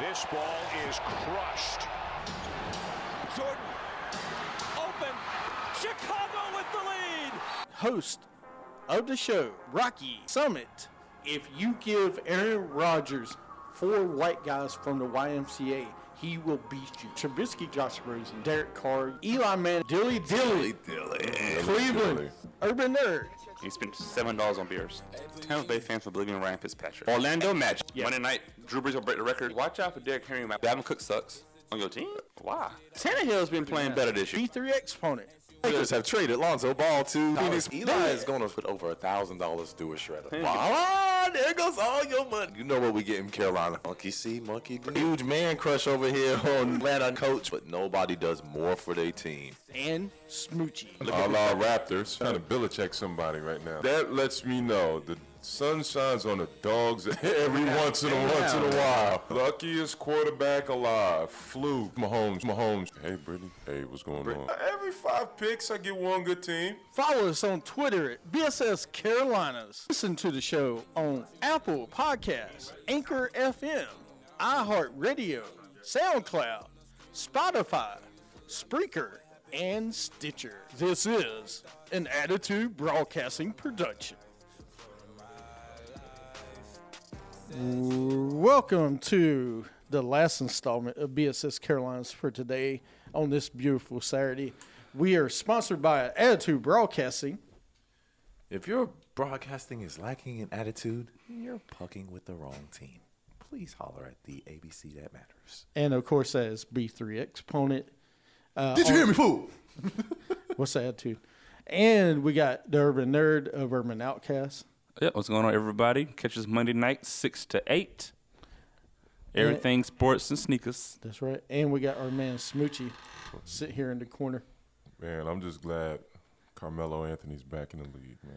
This ball is crushed. Jordan, open. Chicago with the lead. host of the show, Rocky Summit. If you give Aaron Rodgers four white guys from the YMCA, he will beat you. Trubisky, Josh Rosen, Derek Carr, Eli Manning, Dilly Dilly, Cleveland, Urban Nerd. He spent seven dollars on beers. Tampa Bay fans for believing in Ryan Fitzpatrick. Orlando match Monday night. Drew Brees will break the record. Watch out for Derek Henry. Dalvin Cook sucks on your team. Why? Tannehill's been playing better this year. D3 exponent. Lakers have traded Lonzo Ball to Phoenix. Eli Yeah. is going to put over a thousand dollars to a shredder. Voila! Ah, There goes all your money. You know what we get in Carolina? Monkey see, monkey do. Huge man crush over here on Atlanta coach, but nobody does more for their team. And Smoochie. A la Raptors. Trying to Belichick somebody right now. That lets me know the sun shines on the dogs every once in a once in a while. Luckiest quarterback alive. Flew Mahomes. Mahomes. Hey Brittany. Hey, what's going on? Every five picks, I get one good team. Follow us on Twitter at BSS Carolinas. Listen to the show on Apple Podcasts, Anchor FM, iHeartRadio, SoundCloud, Spotify, Spreaker, and Stitcher. This is an Attitude Broadcasting production. Welcome to the last installment of BSS Carolinas for today on this beautiful Saturday. We are sponsored by Attitude Broadcasting. If your broadcasting is lacking in attitude, you're pucking with the wrong team. Please holler at the ABC that matters. and of course as B3 Exponent. Did you hear me, fool? uh, What's that too? And we got the Urban Nerd of Urban Outcast. Yeah, what's going on, everybody? Catch us Monday night, six to eight. Everything sports and sneakers. That's right. And we got our man Smoochie sit here in the corner. Man, I'm just glad Carmelo Anthony's back in the league, man.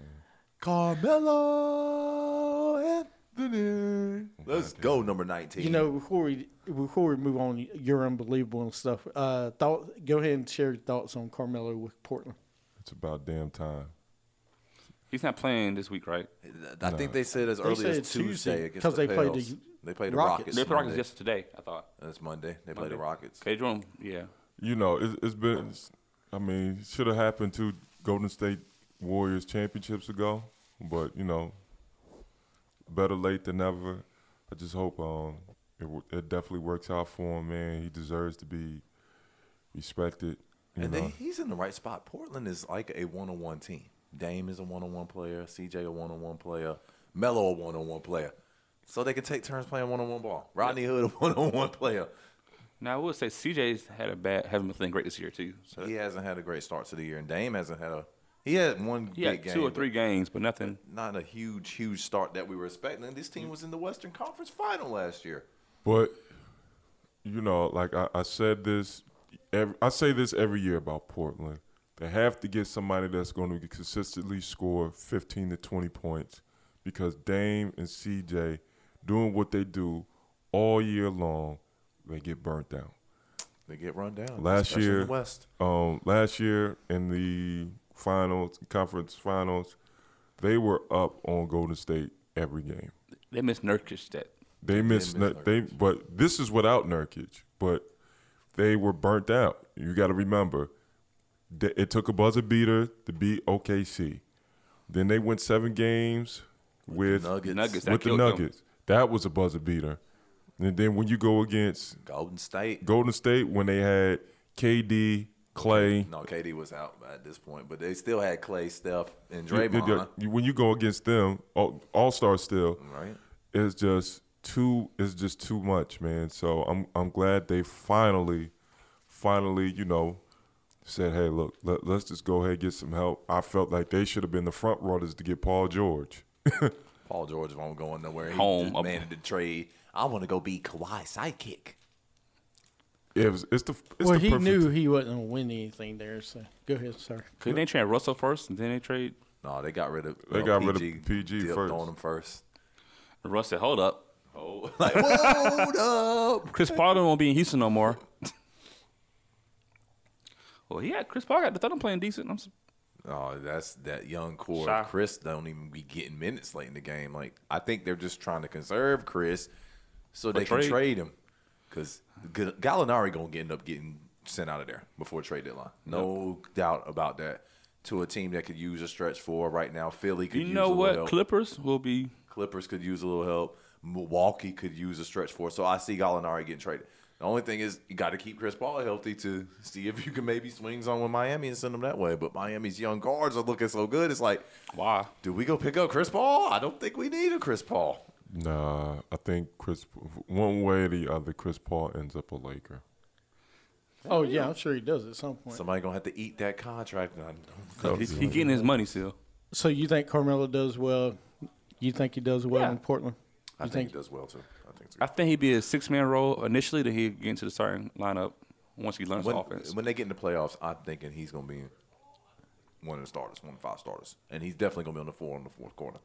Carmelo Anthony. Let's go, number 19. You know, before we before we move on, you're unbelievable and stuff. Uh, thought, go ahead and share your thoughts on Carmelo with Portland. It's about damn time. He's not playing this week, right? I think they said as They early said as Tuesday Tuesday, against 'cause the they played the Pels. they played the Rockets. Rockets. They played the Rockets Monday. yesterday, I thought. That's Monday. They played the Rockets. Okay, Jordan. Yeah. you know, it's, it's been, it's- I mean, should have happened two Golden State Warriors championships ago, but, you know, better late than never. I just hope um, it, w- it definitely works out for him, man. He deserves to be respected. You And know. they, he's in the right spot. Portland is like a one-on-one team. Dame is a one-on-one player. CJ a one-on-one player. Melo a one-on-one player. So they can take turns playing one-on-one ball. Rodney Hood a one-on-one player. Now I would say CJ's had a bad, haven't been playing great this year too. So He hasn't had a great start to the year, and Dame hasn't had a. He had one yeah, big game, two or but three games, but nothing. not a huge, huge start that we were expecting. And this Mm. team was in the Western Conference Final last year. But you know, like I, I said this, every, I say this every year about Portland. They have to get somebody that's going to consistently score 15 to 20 points because Dame and CJ doing what they do all year long, they get burnt down. They get run down Last especially year, in the West. Um, last year in the finals, conference finals, they were up on Golden State every game. They missed Nurkic that. They missed. miss Nur- they but this is without Nurkic, but they were burnt out. You got to remember, th- it took a buzzer beater to beat OKC. Then they went seven games with Nuggets, Nuggets. that with the killed them. Nuggets. That was a buzzer beater. And then when you go against Golden State. Golden State, when they had KD, Clay, No, KD was out at this point, but they still had Clay, Steph, and you- Draymond. you- when you go against them, All Star still, Right. it's just too it's just too much, man. So I'm I'm glad they finally, finally, you know, said, hey, look, let, let's just go ahead and get some help. I felt like they should have been the front runners to get Paul George. Paul George won't go nowhere. He Home. just demanded the trade. I want to go be Kawhi sidekick. It was, it's the it's well, the he perfect, knew he wasn't going to win anything there. So go ahead, sir. Could they trade Russell first, and then they trade No, they got rid of. They well, got rid of PG dipped first. on him first. Russ? Said, Hold up, Like, hold up. Chris Paul won't be in Houston no more. well, yeah, Chris Paul got the Thunder playing decent. I'm, su- Oh, that's that young core. Shy. Chris don't even be getting minutes late in the game. Like I think they're just trying to conserve Chris so they can trade. trade him. because Gallinari gonna get, end up getting sent out of there before trade deadline. No doubt about that. To a team that could use a stretch for right now, Philly could You use know a little what? help. Clippers will be. Clippers could use a little help. Milwaukee could use a stretch for. So I see Gallinari getting traded. The only thing is you got to keep Chris Paul healthy to see if you can maybe swing on with Miami and send them that way. But Miami's young guards are looking so good. It's like, Why? do we go pick up Chris Paul? I don't think we need a Chris Paul. Nah, I think Chris. One way or the other, Chris Paul ends up a Laker. Oh yeah, I'm sure he does at some point. Somebody gonna have to eat that contract. And I don't think He's he getting his money still. So you think Carmelo does well? You think he does well Yeah. in Portland? I You think, think- he does well too. I think so. I think he'd be a six man role initially. Then he'd get into the starting lineup once he learns When, the offense. when they get in the playoffs, I'm thinking he's gonna be one of the starters, one of the five starters, and he's definitely gonna be on the floor in the fourth quarter.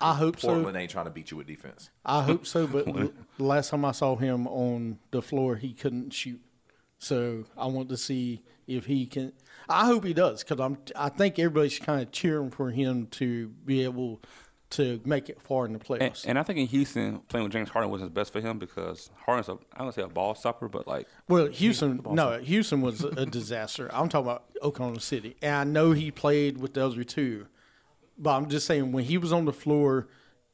I hope so. Portland ain't trying to beat you with defense. I hope so. But l- last time I saw him on the floor, he couldn't shoot. So I want to see if he can. I hope he does because I'm. I think everybody's kind of cheering for him to be able to make it far in the playoffs. and, and I think in Houston, playing with James Harden wasn't best for him because Harden's a I don't say a ball stopper, but like Well, Houston, no, Houston was a disaster. I'm talking about Oklahoma City, and I know he played with the other two, but I'm just saying when he was on the floor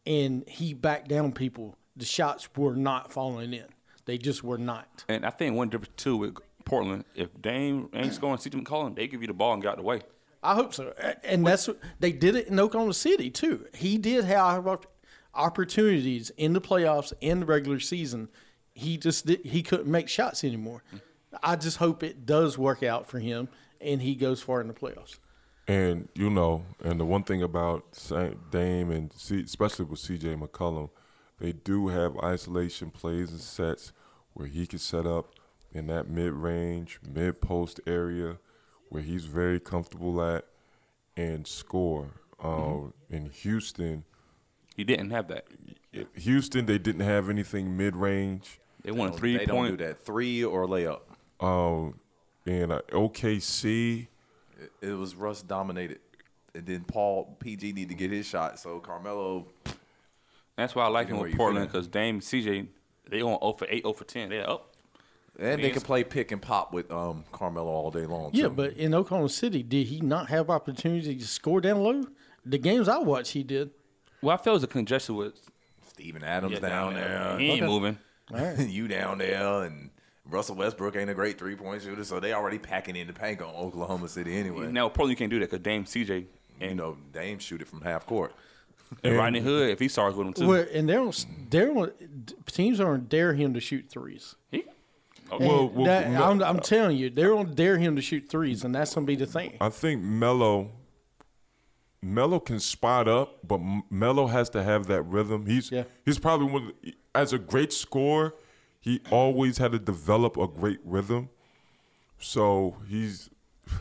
and he backed down people, the shots were not falling in. They just were not. And I think one difference too with Portland, if Dame Mm. ain't scoring, CJ McCollum, they give you the ball and get out the way. I hope so, A- and that's what they did it in Oklahoma City too. He did have opp- opportunities in the playoffs and the regular season. He just did, he couldn't make shots anymore. I just hope it does work out for him and he goes far in the playoffs. And you know, and the one thing about Sa- Dame and C, especially with C.J. McCollum, they do have isolation plays and sets where he can set up in that mid-range, mid-post area where he's very comfortable at and score. Um, In Houston, He didn't have that. Houston they didn't have anything mid-range. They won a They three don't point. do that three or layup. Um, and uh, OKC, it was Russ dominated. And then Paul PG need to get his shot. So Carmelo, That's why I like him know where with you Portland fit in. because Dame, CJ, they on 0 for 8, 0 for 10. They're up. and they Yes. can play pick and pop with um, Carmelo all day long. Yeah, too. but in Oklahoma City, did he not have opportunity to score down low? The games I watched, he did. Well, I feel it was a congestion with Steven Adams down, there, He ain't moving. you down there, and Russell Westbrook ain't a great three point shooter. So they already packing in the paint on Oklahoma City anyway. Now Portland you can't do that because Dame, CJ, You know, Dame shoot it from half court. and Rodney Hood, if he starts with him too, Well, and they don't, they don't, teams don't dare him to shoot threes. he, well, well, That- no- I'm, I'm telling you, they don't dare him to shoot threes, and that's gonna be the thing. I think Melo Melo can spot up, but M- Melo has to have that rhythm. He's Yeah. he's probably one of the- as a great scorer, he always had to develop a great rhythm. So he's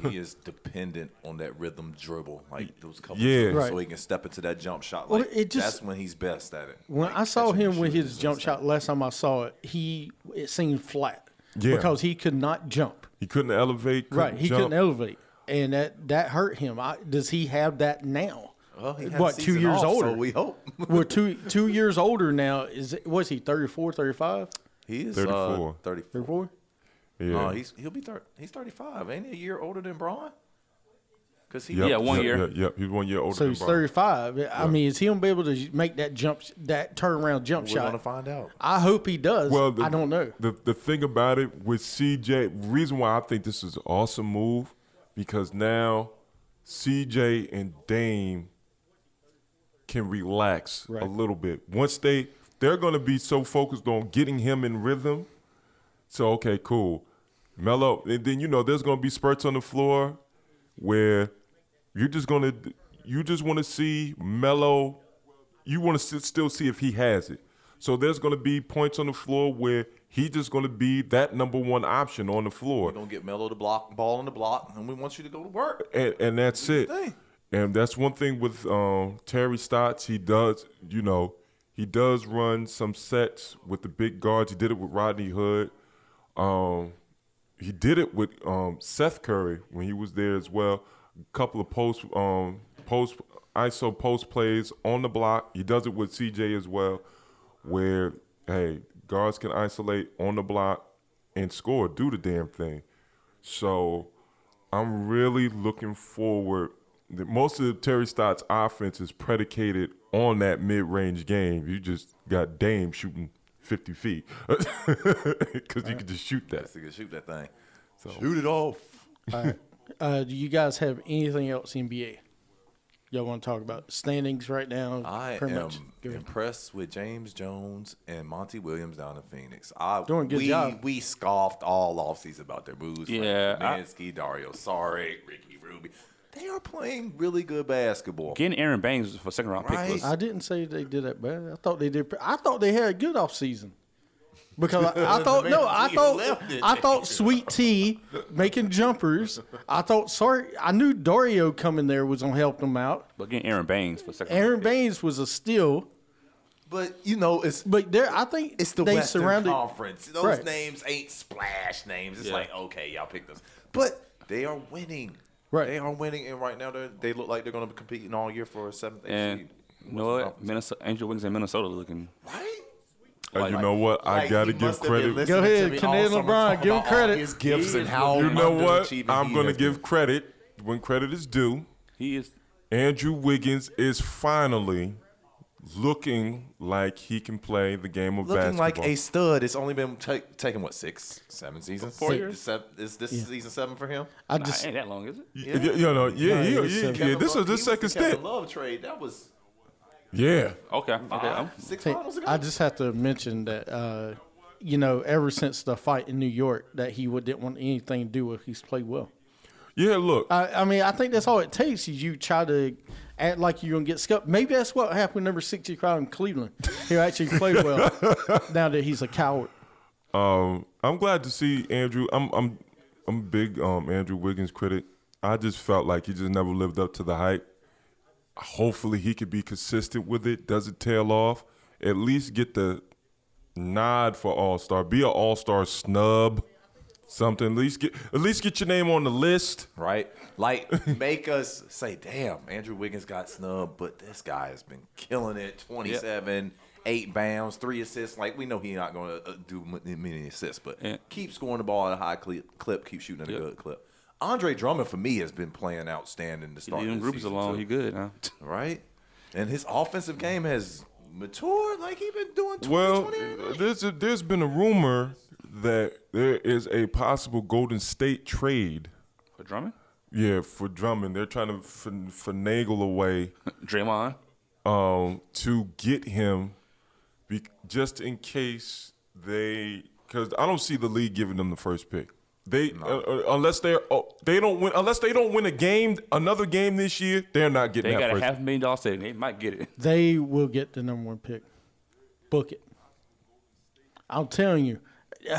He is dependent on that rhythm dribble, like those couple, Yeah. dribbles, so Right. he can step into that jump shot. Well, Like it just- that's when he's best at it. When Like, I saw catching and him with shooting his is jump his shot last time I saw it, he it seemed flat Yeah. because he could not jump. he couldn't elevate, couldn't Right, he jump. couldn't elevate, and that that hurt him. I, does he have that now? Well, he had what the two season years off, so older? we hope. We're two two years older now. Is was he 34, 35? He is 34. 34. Uh, 34. 34? Yeah. Oh, No, he's he'll be thir- he's 35. Ain't he a year older than Braun? Cuz he Yep, yeah, one yep, year. Yep, yep. he's one year older So than he's Bron. 35. I mean, is he going to be able to make that jump, that turnaround jump we're shot? going to find out. I hope he does. Well, the, I don't know. The the thing about it with CJ, reason why I think this is an awesome move, because now CJ and Dame can relax a Right. little bit. Once they they're gonna be so focused on getting him in rhythm. So okay, cool. Mellow, and then you know there's gonna be spurts on the floor where you're just gonna you just want to see Mello. You want to still see if he has it. So there's gonna be points on the floor where he's just gonna be that number one option on the floor, We're going to get Melo to block ball on the block and we want you to go to work. and, and that's it. thing. And that's one thing with um, Terry Stotts. He does, you know, he does run some sets with the big guards. He did it with Rodney Hood. Um, he did it with um, Seth Curry when he was there as well. A couple of post um, post ISO post plays on the block. He does it with CJ as well, where hey, Guards can isolate on the block and score, do the damn thing. So I'm really looking forward. the- Most of Terry Stotts' offense is predicated on that mid-range game. You just got Dame shooting 50 feet because you can just shoot that. Yes, he can shoot that thing. Shoot it off. Uh, do you guys have anything else NBA? Y'all want to talk about standings right now? I Pretty am much. Go ahead. impressed with James Jones and Monty Williams down in Phoenix. I, Doing a good we, job. We scoffed all offseason about their moves. Yeah, I- Like Mansky, Dario Sari, Ricky Ruby. They are playing really good basketball. Getting Aaron Bangs for a second round pick was Right. I didn't say they did that bad. I thought they did. pre- I thought they had a good off season because I, I thought no, I He thought left it. I thought Sweet Tea making jumpers. I thought sorry, I knew Dario coming there was gonna help them out. but getting Aaron Bangs for a second Aaron round pick. Baines was a steal, But you know, it's but there I think it's the they Western surrounded. Conference. Those Right. names ain't splash names. It's Yeah. like okay, y'all pick those, but they are winning. Right. they are winning, and right now they're- they look like they're going to be competing all year for a seventh eighth And seed. you know what? Minnesota, Angel Wings in Minnesota looking. Right? And Oh, you Like- know what? I Like, got to he give must have been credit. listening to ahead, me Canadian all summer LeBron, talk give him about all credit. His gifts and how You know what? underachieving I'm he going to has give been. credit when credit is due. He is Andrew Wiggins is finally looking like he can play the game of looking like basketball. a stud. It's only been ta- taking what six, seven seasons. Four Six- years? seven- is this season seven for him? I nah, just ain't that long, is it? Y- y- you know, yeah, No, he yeah, was yeah, seven. yeah, This Kevin is Love- he the second the Kevin step. Love trade that was Yeah. Okay. Okay. I'm, six Hey, finals ago. I just have to mention that, uh, you know, ever since the fight in New York, that he would, didn't want anything to do with he's played well. Yeah, look. I, I mean, I think that's all it takes is you try to act like you're going to get scuffed. Maybe that's what happened to number 60 crowd in Cleveland, who actually played well now that he's a coward. Um, I'm glad to see Andrew. I'm I'm I'm a big um Andrew Wiggins critic. I just felt like he just never lived up to the hype. Hopefully he could be consistent with it, doesn't tail off, at least get the nod for all star. Be an all star snub. Something. At least get at least get your name on the list. right? Like, make us say, damn, Andrew Wiggins got snubbed, but this guy has been killing it 27, eight bounds, three assists. Like, we know he's not going to do m- many assists, but Yeah. keep scoring the ball at a high cle- clip, keep shooting at a good clip. Andre Drummond, for me, has been playing outstanding to start. Even this groups season, alone, too, he good, huh? right? And his offensive game has matured. Like, he's been doing 20, Well, 20 every night. there's a, there's been a rumor that there is a possible Golden State trade. For Drummond, Yeah, for Drummond, they're trying to fin- finagle away Draymond. um, to get him, be- just in case they, because I don't see the league giving them the first pick. They uh, uh, unless they're oh, they don't win unless they don't win a game another game this year, they're not They getting that got a first. half million dollar saving. They might get it. They will get the number one pick. Book it. I'm telling you.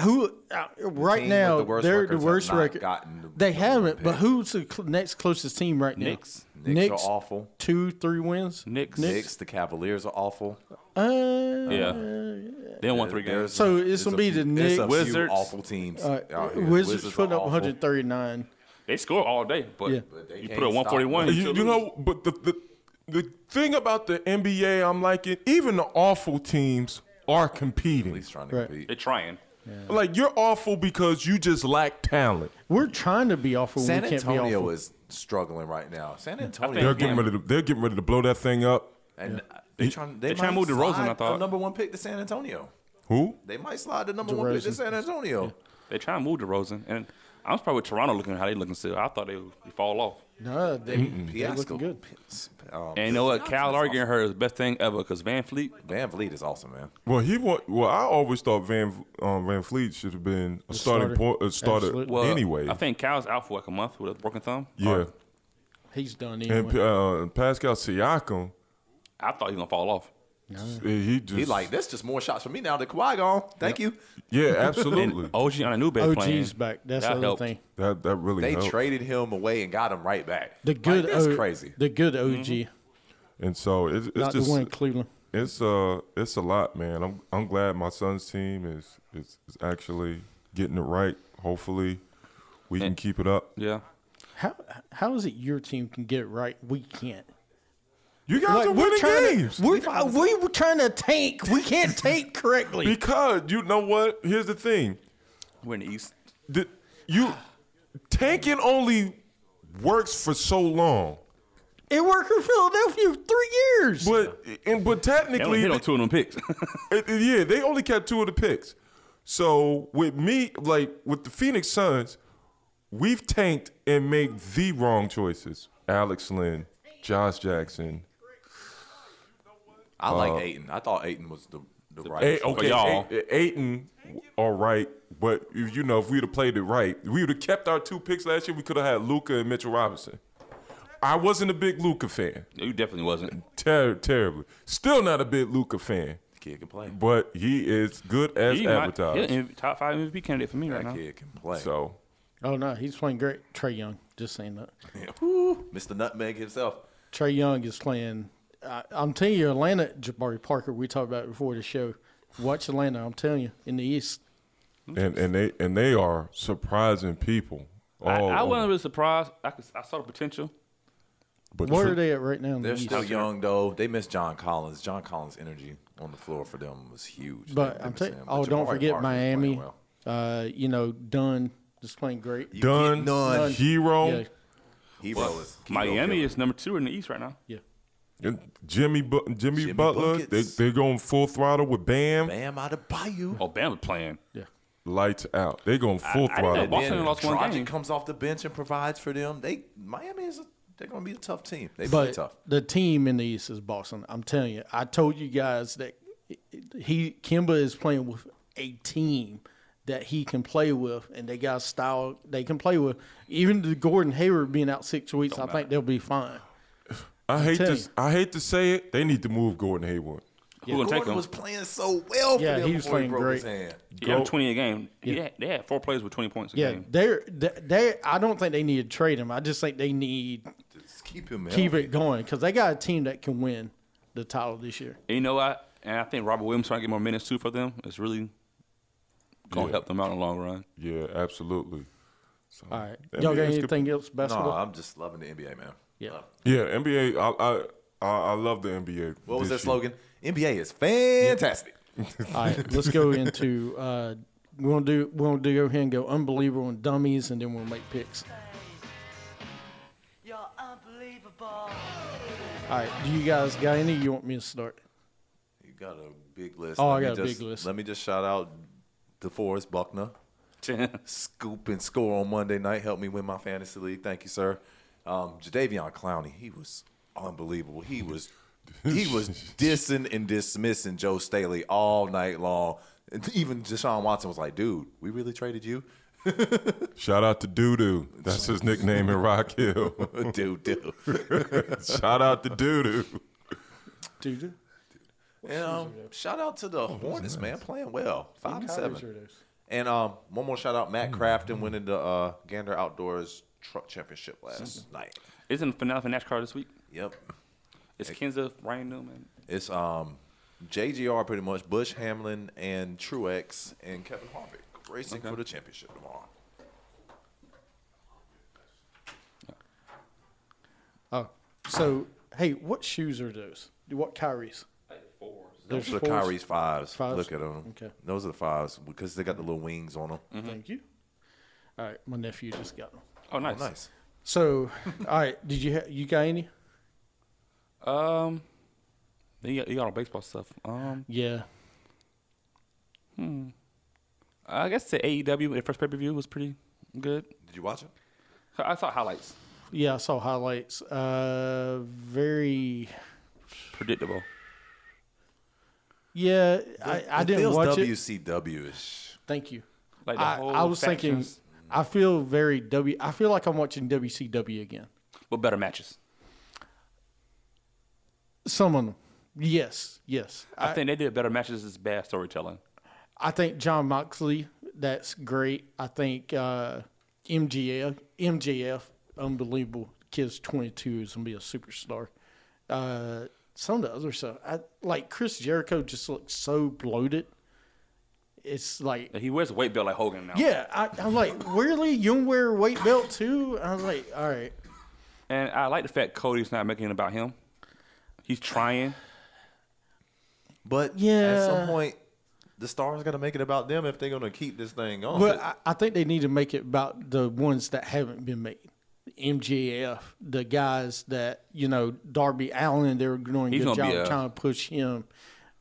Who uh, right team now with the worst they're the records worst have not record. gotten the they number one haven't, but pick. who's the cl- next closest team right now? Knicks. Knicks are awful. Two, three wins. Knicks. Knicks, the Cavaliers are awful. Uh, Yeah. They don't won three There's- games. So it's there's gonna a be the few- there's a Knicks. few Wizards. awful teams. uh, out here. Wizards, are putting up awful. 139. They score all day, but Yeah. But they you can't put up one forty one. stop You, you know, but the, the the thing about the NBA, I'm liking even the awful teams are competing. He's trying to Right. compete. they're trying. Like you're awful because you just lack talent. We're trying to be awful. San we can't be Antonio awful. is struggling right now. San They're Antonio, getting ready to they're getting ready to blow that thing up. and uh, they trying they, They trying to might move DeRozan, slide I thought. a number one pick to San Antonio. Who? They might slide the number one pick to DeRozan. San Antonio. They try and move DeRozan, and I was probably with Toronto looking how they looking still. I thought they would fall off. No, they, Fiasco. looking good. Um, And you know what? Cal Lowry getting hurt is the best thing ever because Van Fleet. Van Vliet is awesome, man. Well, he want. Well, I always thought Van um, Van Fleet should have been a starting starter. point, a starter Absolutely. Well, anyway. I think Cal's out for like a month with a broken thumb. yeah, Or- he's done and anyway. uh, Pascal Siakam, I thought he was gonna fall off. he just He like that's just more shots for me now that Kawhi gone. Thank you. yeah, And oh, absolutely. OG Ananube playing. OG's back. That's That the other helped. thing. that that really They helped. traded him away and got him right back. The good. uh, like, that's O- crazy. The good OG. and so it's, Mm-hmm. it's Not the just one in Cleveland. it's uh it's a lot, man. I'm I'm glad my son's team is is, is actually getting it right. Hopefully, we can keep it up. Yeah. How how is it your team can get it right? We can't. You guys are we're winning trying to- games. we, uh, we were trying to tank. We can't tank correctly. because you know what? Here's the thing. We're in the East. the, you tanking only works for so long. It worked for Philadelphia for three years. But and but They only technically, hit on two of them picks. it- it- yeah, they only kept two of the picks. So with me, like with the Phoenix Suns, we've tanked and made the wrong choices. Alex Lynn, Josh Jackson. I Uh, like Aiton. I thought Aiton was the the right. A- choice. okay, y'all. A- Aiton, all right. But if- you know, if we'd have played it right, we would have kept our two picks last year. We could have had Luca and Mitchell Robinson. I wasn't a big Luca fan. you definitely wasn't. Ter- terribly. Still not a big Luca fan, Kid can play. but he is good as He might- advertised. he a top five MVP candidate for me right now. Kid can play. so oh no, he's playing great. Trey Young, just saying that. Mr. Nutmeg himself. Trey Young is playing. I, I'm telling you, Atlanta. Jabari Parker. We talked about it before the show. Watch Atlanta. I'm telling you, in the East. and, and they and they are surprising people. Oh, I, all I over. wasn't really surprised. I, could, I saw the potential. But Where Trey- are they at right now? In They're the East? still young though. They miss John Collins. John Collins' energy on the floor for them was huge. But They- they I'm miss telling. him. But Oh, don't Jabari forget Parker's playing Miami. well. Uh, you know, Dunn is playing great. Dunn, get none. Hero, Yeah, He was Miami is number two in the East right now. yeah. and Jimmy, Bu- Jimmy Jimmy Butler. Buckets. They, they're going full throttle with Bam. Bam out of Bayou. Obama playing. Lights out. They're going full I didn't know throttle. Boston lost one Dragic game. comes off the bench and provides for them. They Miami is a, they're going to be a tough team. They play But tough. the team in the East is Boston. I'm telling you. I told you guys that he Kimba is playing with a team that he can play with, and they got a style they can play with. Even the Gordon Hayward being out six weeks, I think they'll be fine. I hate tell to you. I hate to say it. They need to move Gordon Hayward. Who gonna take Gordon them? was playing so well for Yeah, them he was before he playing broke his great. hand. He averaged 20 a game. He had, they had four players with 20 points a Yeah, game. they're they, they. I don't think they need to trade him. I just think they need Just keep him. keep healthy. it going because they got a team that can win the title this year. And you know what? And I think Robert Williams trying to get more minutes too for them. It's really going to help them out in the long run. Yeah, absolutely. So, All right, NBA y'all got is good. anything else No, basketball? I'm just loving the NBA, man. Yeah. Love- Yeah, NBA. I I I, I love the NBA. What was their this year. slogan? NBA is fantastic. All right, let's go into. Uh, we're gonna do. We're gonna do go ahead and go unbelievable and dummies, and then we'll make picks. You're unbelievable. All right, do you guys got any? You want me to start? You got a big list. Oh, Let I me got a just- big list. Let me just shout out DeForest Buckner. Scoop and score on Monday night. Help me win my fantasy league. Thank you, sir. Um, Jadavion Clowney, he was unbelievable. He was he was dissing and dismissing Joe Staley all night long. And even Deshaun Watson was like, dude, we really traded you? Shout out to Doodoo. That's his nickname in Rock Hill. dude, dude. Shout out to Doodoo. Dude, And, um, shout out to the Hornets, man, playing well. Five and seven. And um, one more shout out, Hmm. Matt Crafton winning the uh, Gander Outdoors Truck Championship last night. Isn't the finale for NASCAR this week? Yep. It's Kenza, Ryan Newman. It's um, JGR pretty much, Bush Hamlin and Truex and Kevin Harvick racing for the championship tomorrow. Oh, so hey, what shoes are those? What Kyrie's? Those are the fours? Kyrie's fives. Fives? Look at them. Okay. Mm, Those are the fives because they got the little wings on them. Thank you. All right, my nephew just got them. Oh, nice. Nice. So, all right, did you ha- you got any? Um, you got, you got all baseball stuff. Um, Yeah. I guess the AEW, the first pay per view was pretty good. Did you watch it? I saw highlights. Yeah, I saw highlights. Uh, very. Predictable. Yeah, I, I It didn't feels watch it. WCW ish. Thank you. Like the I, whole I was thinking. factions. I feel very W. I feel like I'm watching WCW again. But better matches. Some of them. Yes, yes. I, think they did better matches as bad storytelling. I think John Moxley, that's great. I think uh, MGF, MJF, unbelievable. Kids 22 is going to be a superstar. Uh, some of the other stuff, I, like Chris Jericho just looks so bloated. It's like, He wears a weight belt like Hogan now. yeah, I, I'm like, really? You don't wear a weight belt too? I was like, all right. And I like the fact Cody's not making it about him. He He's trying. But at Yeah. some point, the stars got to make it about them if they're going to keep this thing on. But I, I think they need to make it about the ones that haven't been made. MJF, the guys that you know, Darby Allen, they're doing a He's gonna good job be of a- trying to push him.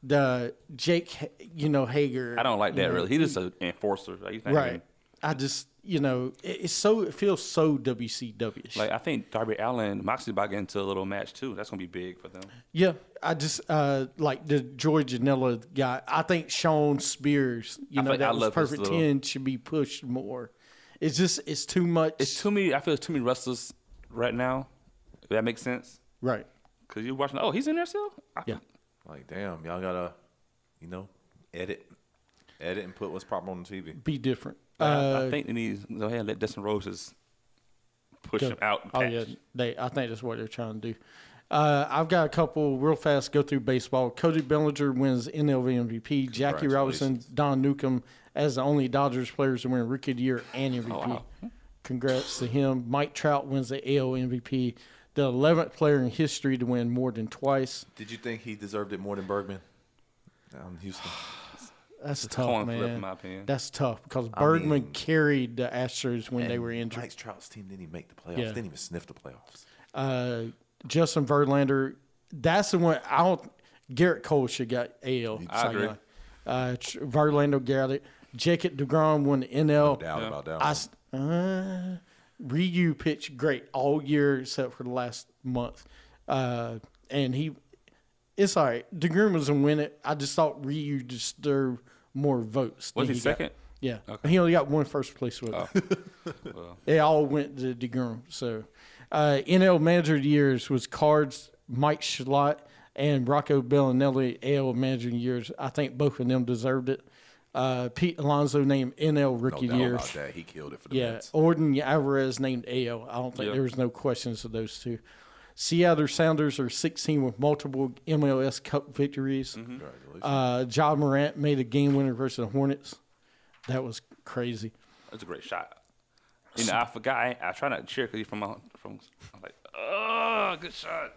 The Jake, you know, Hager. I don't like you that know, really. He just an enforcer. Like, he's not Mm-hmm. right. even- I just you know, it, it's so it feels so WCW. Like I think Darby Allen and Moxley about to get into a little match too. That's gonna be big for them. yeah, I just uh like the George Janela guy. I think Sean Spears, you I know, think I that was love his perfect little- ten should be pushed more. It's just it's too much. It's too many. I feel it's too many wrestlers right now. If that makes sense. right. Cause you're watching. Oh, he's in there still. I, Yeah. like, damn, y'all got to, you know, edit. Edit and put what's proper on the TV. Be different. I, Uh, I think they need to go ahead and let Dustin Rose just push him out. and Oh patch. yeah, they. I think that's what they're trying to do. Uh, I've got a couple real fast go through baseball. Cody Bellinger wins NLV MVP. Jackie Robinson, Don Newcomb as the only Dodgers players to win Rookie of the Year and MVP. Oh, Congrats to him. Mike Trout wins the AL MVP. The 11th player in history to win more than twice. Did you think he deserved it more than Bergman? Down in Houston. That's tough, coin flip, man. in my opinion. That's tough because Bergman mean- carried the Astros when they were injured. Mike Trout's team didn't even make the playoffs. Yeah. Didn't even sniff the playoffs. uh, Justin Verlander. That's the one. I don't. Garrett Cole should got AL. I Cy agree. Young. Uh, Tr- Verlander got it. Jacob Degrom won the NL. Doubt about that. I one. s- uh, Ryu pitched great all year except for the last month, uh, and he. It's all right. Degrom was gonna win it. I just thought Ryu deserved more votes. Was than he got. second? Oh. Yeah, he only got one first place vote. They all went to DeGrom. So, uh, NL Manager of the Years was Cards, Mike Schlott, and Rocco Bellinelli. AL Manager of the Years. I think both of them deserved it. Uh, Pete Alonso named NL No Rookie of doubt the Year. about that. He killed it for the Yeah, Mets. Orden Alvarez named AL. I don't think Yeah. there was no questions of those two. Seattle Sounders are 16 with multiple MLS Cup victories. Mm-hmm. Uh, Ja Morant made a game winner versus the Hornets. That was crazy. That's a great shot. You know, I forgot. I, I try not to cheer because he's from my from. I'm like, oh, good shot.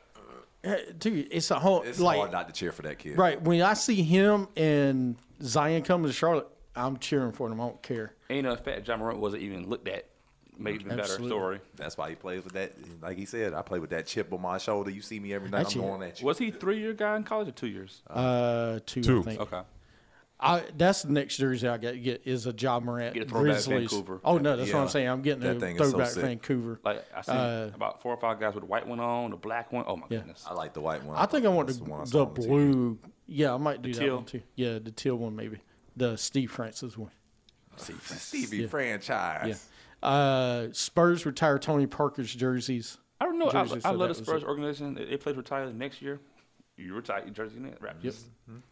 Uh, Dude, it's a whole It's like hard not to cheer for that kid. right when I see him and Zion coming to Charlotte, I'm cheering for them. I don't care. Ain't no fact. John Morant wasn't even looked at. Made even better Absolutely. story. That's why he plays with that. Like he said, I play with that chip on my shoulder. You see me every night. Actually- I'm going at you. Was he three year guy in college or two years? Uh, two, I Two. think. okay. I, that's the next jersey I got to get is a John Morant Get a throwback Grizzlies. Vancouver. Oh no, that's what I'm Yeah. saying. I'm getting That a thing is so throwback sick. Vancouver. Like I see about four or five guys with a white one on, the black one. Oh my Uh, Yeah. goodness. I like the white one. I think I want That's the, one I saw the on TV. blue. Yeah, I might do that teal. one too. Yeah, the teal one maybe. The Steve Francis one. Stevie franchise. Yeah. Uh, Spurs retire Tony Parker's jerseys. I don't know. I, Jersey, I so love that the was Spurs it. organization. They play to retire next year. You retire your jersey in it, Raptors.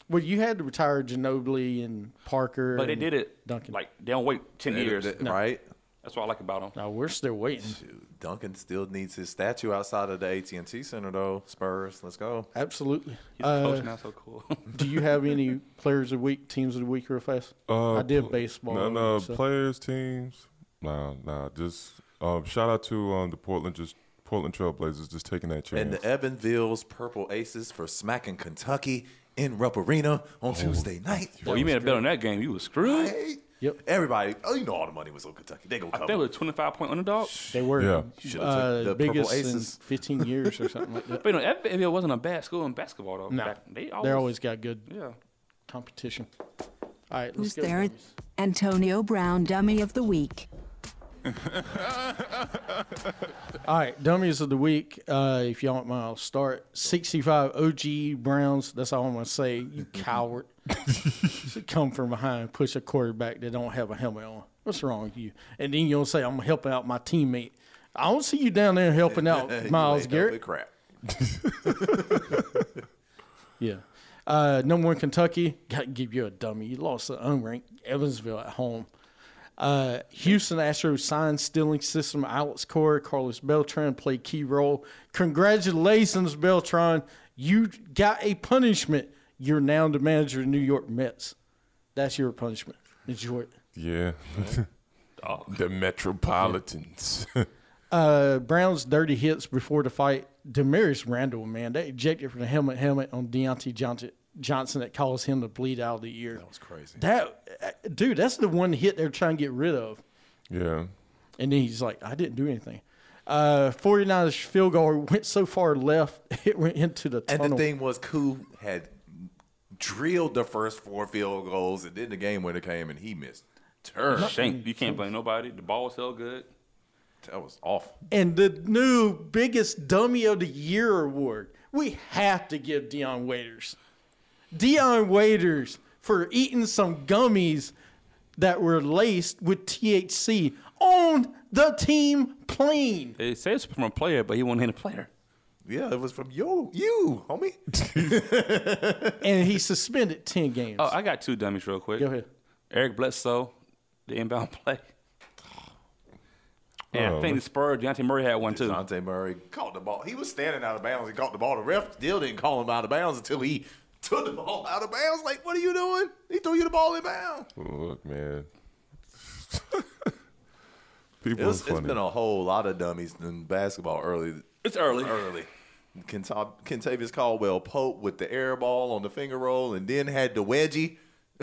Well, you had to retire Ginobili and Parker. But they and did it. Duncan. Like they don't wait ten They- years. they- Right? That's what I like about them. Now we're still waiting. Dude, Duncan still needs his statue outside of the AT&T Center, though. Spurs, let's go. Absolutely. He's a Uh, coach now, so cool. do you have any players of the week, teams of the week, real fast? Uh, I did pl- baseball. No, no, so- players, teams. Nah, nah. Just um, shout out to um, the Portland just Portland Trailblazers just taking that chance. And the Evanville's Purple Aces for smacking Kentucky in Rupp Arena on Tuesday night. well, you made a bet on that game. You was screwed. Hey, Yep. Everybody, oh, you know all the money was on Kentucky. They gonna I cover. think it was a 25 point underdog. They were Yeah. Should've uh, took the Purple biggest in Aces. 15 years or something like that. But you know, FBL wasn't a bad school in basketball though. No, Back- they always, they always got good yeah. competition. All right, let's Who's go. there? Antonio Brown Dummy of the Week. All right, dummies of the week. Uh, if y'all don't mind, I'll start. 65 OG Browns. That's all I'm going to say. You coward. Come from behind, push a quarterback that don't have a helmet on. What's wrong with you? And then you'll say, I'm helping out my teammate. I don't see you down there helping out You Miles laid up Garrett. with crap. Yeah. Uh, number one, Kentucky. Got to give you a dummy. You lost the unranked Evansville at home. Uh, Houston Astros sign stealing system. Alex Cora, Carlos Beltran played key role. Congratulations, Beltran. You got a punishment. You're now the manager of the New York Mets. That's your punishment. Enjoy it. Oh, yeah. the Metropolitans. Uh, Brown's dirty hits before the fight. Demarius Randall, man, they ejected from the helmet helmet on Deontay Johnson, Johnson that caused him to bleed out of the ear. That was crazy. That uh, dude, that's the one hit they're trying to get rid of. Yeah. And then he's like, I didn't do anything. Uh, 49ers field goal went so far left, it went into the And tunnel. the thing was, Koo had drilled the first four field goals, and then the game winner came, and he missed. Turn. Shank, you can't blame nobody. The ball was held good. That was awful. and the new biggest dummy of the year award. We have to give Dion Waiters. Dion Waiters for eating some gummies that were laced with THC on the team plane. They say it's from a player, but he wasn't in a player. Yeah, it was from you, you homie. And he suspended 10 games. Oh, I got two dummies real quick. Go ahead. Eric Bledsoe, the inbound play. Oh. And Oh. I think the Spurs, Deontay Murray had one too. Dante Murray caught the ball. He was standing out of bounds. He caught the ball. The ref still didn't call him out of bounds until he took the ball out of bounds. Like, what are you doing? He threw you the ball in bounds. Look, man. People It's- are it's funny. been a whole lot of dummies in basketball early. It's early. Early. Kenta- Kentavious Caldwell Pope with the air ball on the finger roll and then had the wedgie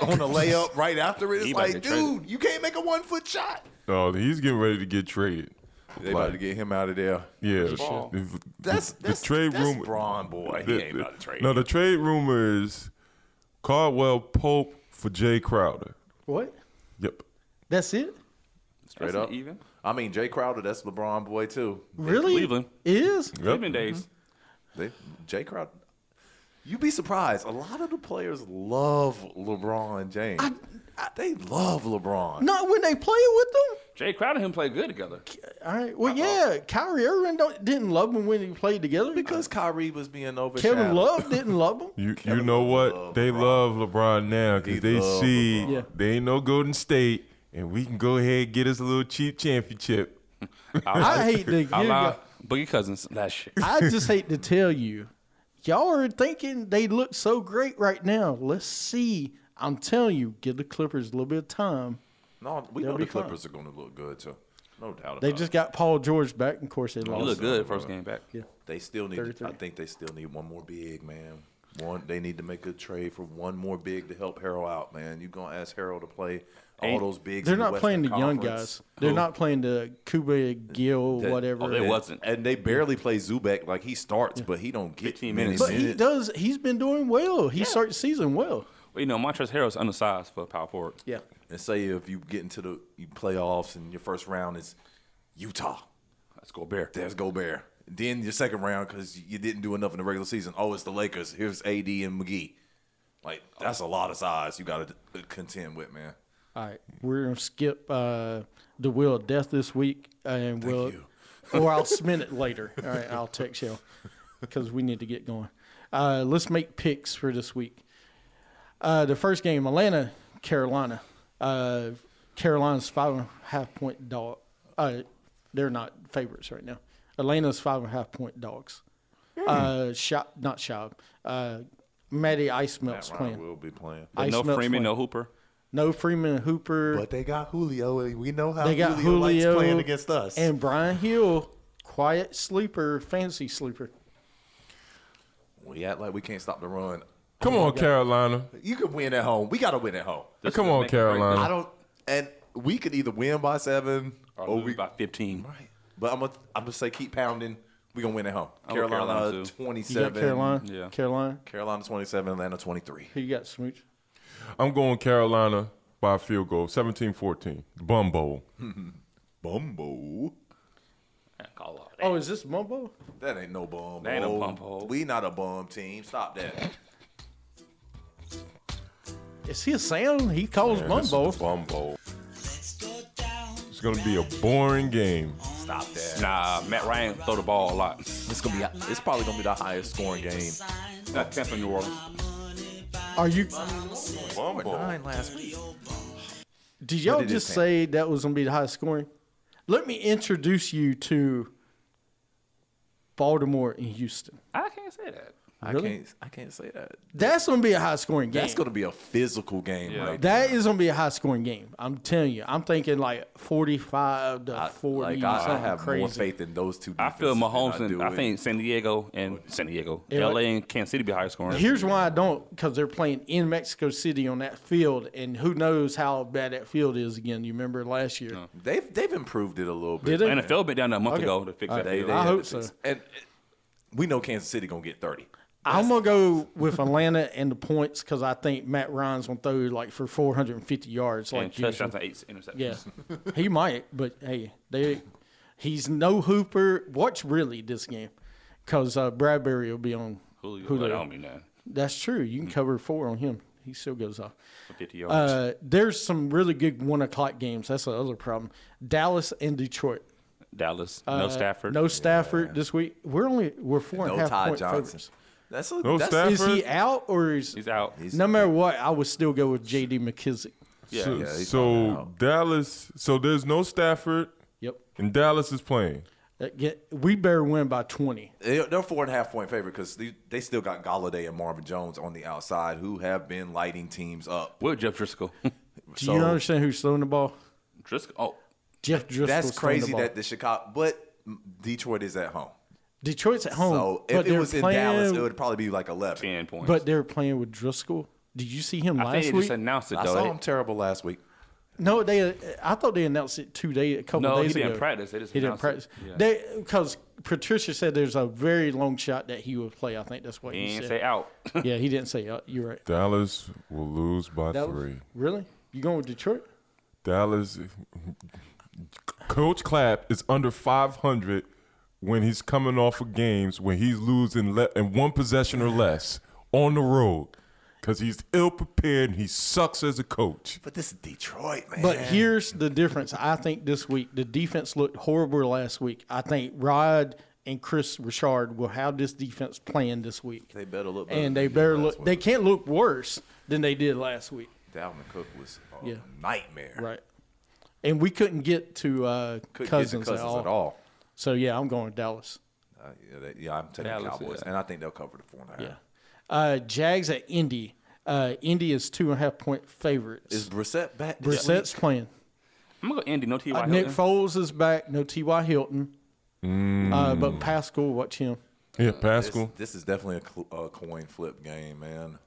on the layup right after it. It's He about to like, get traded. dude, you can't make a one foot shot. oh, he's getting ready to get traded. They about Like, to get him out of there. Yeah, the- the- That's the that's, trade that's rumor. Braun boy. He the- ain't about to trade. No, the trade rumor is Caldwell Pope for Jay Crowder. What? Yep. That's it? Straight That's up. Even. I mean, Jay Crowder, that's LeBron boy too. Really? Cleveland. It is? Cleveland days. They, Jay Crowder. You'd be surprised. A lot of the players love LeBron James. they love LeBron. Not when they play with them? Jay Crowder and him played good together. All right. Well, yeah, Kyrie Irving don't, didn't love him when they played together. because Kyrie was being overshadowed. Kevin Love didn't love him. You you know what? they love LeBron now because they love see Yeah. they ain't no Golden State, and we can go ahead and get us a little cheap championship. I hate to give I you lied. Boogie Cousins last year. I just hate to tell you, y'all are thinking they look so great right now. Let's see. I'm telling you, give the Clippers a little bit of time. No, we They'll know be the Clippers are going to look good too. No doubt about They it. just got Paul George back. Of course, they He lost. looked good first game back. They still need. I 33. think they still need one more big man. One, they need to make a trade for one more big to help Harold out, man. You gonna ask Harold to play all those bigs? They're in not Western playing the young Conference. guys. They're not playing the Kuba Gill, That- whatever. oh, they And- wasn't. and they barely play Zubek. Like he starts, but he don't get 15 many minutes. but he does. He's been doing well. He started the season well. Well, you know, Montrezl Harrell's undersized for a power forward. Yeah. And say if you get into the you playoffs and your first round is Utah, Let's go Bear. there's Gobert. Then your second round because you didn't do enough in the regular season. Oh, it's the Lakers. Here's AD and McGee. Like that's a lot of size you got to contend with, man. All right, we're gonna skip uh, the wheel of death this week, and we'll, you. or I'll spin it later. All right, I'll text you because we need to get going. Uh, let's make picks for this week. Uh, the first game, Atlanta, Carolina. Uh, Carolina's five and a half point dog. Uh, they're not favorites right now. Atlanta's five and a half point dogs. Uh, shop, not shop. Uh, Matty Ice Melt's Ryan playing. will be playing. Ice no Melt's Freeman, playing. no Hooper. No Freeman and Hooper. But they got Julio, and we know how They got Julio, likes Julio playing against us. And Brian Hill, quiet sleeper, fancy sleeper. we act like we can't stop the run. Come on, Carolina. You could win at home. We got to win at home. Come on, make it right. Carolina. I don't, and we could either win by seven or, Or we. we by 15. Oh, But I'm gonna, I'm gonna say keep pounding. We gonna win at home. I'm with Carolina, Carolina, too. You got 27. Carolina? Yeah. Carolina? Carolina 27. Atlanta 23. Who you got, Smooch? I'm going Carolina by a field goal, 17-14. Bum bowl. Bumbo. Man, Call all that. Oh, is this Mumbo? That ain't no bum. That ain't no hole. bum hole. We not a bum team. Stop that. Is he a sound? He calls Mumbo. Bumbo. It's gonna be a boring game. Stop that. Nah, Matt Ryan throw the ball a lot. It's gonna be. It's probably gonna be the highest scoring game. Not 10th in New Orleans. Are you? Nine last week. Did y'all What did it just say? say that was gonna be the highest scoring? Let me introduce you to Baltimore and Houston. I can't say that. Really? I can't. I can't say that. That's gonna be a high scoring game. That's gonna be a physical game. Right That is gonna be a high scoring game. I'm telling you. I'm thinking like 45 to I, 40. like I, I something have crazy. more faith in those two. I feel defenses than Mahomes and do I in- think San Diego and San Diego, Yeah. LA and Kansas City be higher scoring. Here's why I don't, because they're playing in Mexico City on that field, and who knows how bad that field is again. You remember last year? they've they've improved it a little bit. Did they? NFL been down there a month Okay. ago to fix that. They, field. they I had hope to fix- so. And uh, we know Kansas City gonna get thirty. I'm gonna go with Atlanta and the points because I think Matt Ryan's gonna throw like for 450 yards, and like usual. touchdowns and eight interceptions. Yeah, he might, but hey, they, he's no hooper. Watch really this game, because uh, Bradbury will be on Julio, Mm-hmm. Julio. I don't mean that. That's true. You can cover four on him. He still goes off. Fifty yards. Uh, there's some really good one o'clock games. That's the other problem. Dallas and Detroit. Uh, Dallas. no Stafford. No Stafford this week. We're only we're four and a No half Ty point Johnson. favorites. That's a, No that's Stafford. Is he out or is He's out. no matter what? I would still go with J.D. McKissick. so yeah, he's so out. Dallas. So there's no Stafford, Yep. and Dallas is playing. That get- We better win by twenty. They- They're four and a half point favorite because they, they still got Galladay and Marvin Jones on the outside, who have been lighting teams up. What Jeff Driscoll? Do So- you understand who's throwing the ball? Driscoll. Oh, Jeff Driscoll. That's crazy the ball. that the Chicago, but Detroit is at home. Detroit's at home. So but if it they're was in playing, Dallas, it would probably be like eleven. ten points. But they're playing with Driscoll. Did you see him I think last they week? just announced it I though. saw They- him terrible last week. No, they. uh, I thought they announced it two days, a couple No, he days ago. didn't practice. They just he didn't practice. announced it. They because Patricia said there's a very long shot that he would play. I think that's what He he, ain't said. say out. Yeah, he didn't say. Uh, you're right. Dallas will lose by That was- three. really? You going with Detroit? Dallas. Coach Clapp is under 500 when he's coming off of games when he's losing le- in one possession or less on the road because he's ill prepared and he sucks as a coach. But this is Detroit, man. But here's the difference. I think this week the defense looked horrible last week. I think Rod and Chris Richard will have this defense playing this week, they better look. better and than they did better last look. week. They can't look worse than they did last week, Dalvin Cook was a Yeah. nightmare. right? And we couldn't get to uh, Couldn't cousins, get to cousins at all. So yeah, I'm going Dallas. Uh, yeah, they- yeah, I'm taking Dallas, Cowboys, yeah. and I think they'll cover the four and a half. Yeah. Uh, Jags at Indy. Uh, Indy is two and a half point favorites. Is Brissett back? this week? Brissett's playing. I'm gonna go Indy. No T. Uh, Y. Nick Hilton. Foles is back. No T.Y. Hilton. Uh, Mm. but Pascal, watch him. Yeah, This, Pascal. this is definitely a, cl- a coin flip game, man.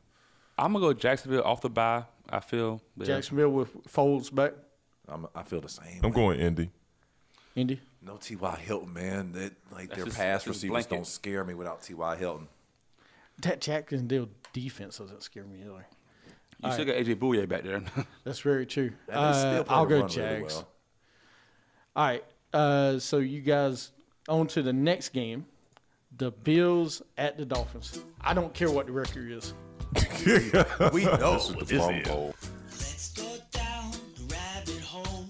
I'm gonna go Jacksonville off the bye. I feel. but- Jacksonville with Foles back. I'm, I feel the same. I'm going Indy. Indy. No T.Y. Hilton, man. That like their just- pass just receivers blanket. don't scare me without T.Y. Hilton. That Jacksonville defense doesn't scare me either. You still got AJ Bouye back there. That's very true. And they still Uh, play I'll the go run really Jags. well. All right. Uh, so you guys on to the next game, the Bills at the Dolphins. I don't care what the record is. We know what is fun it? bowl. Let's go down the rabbit hole.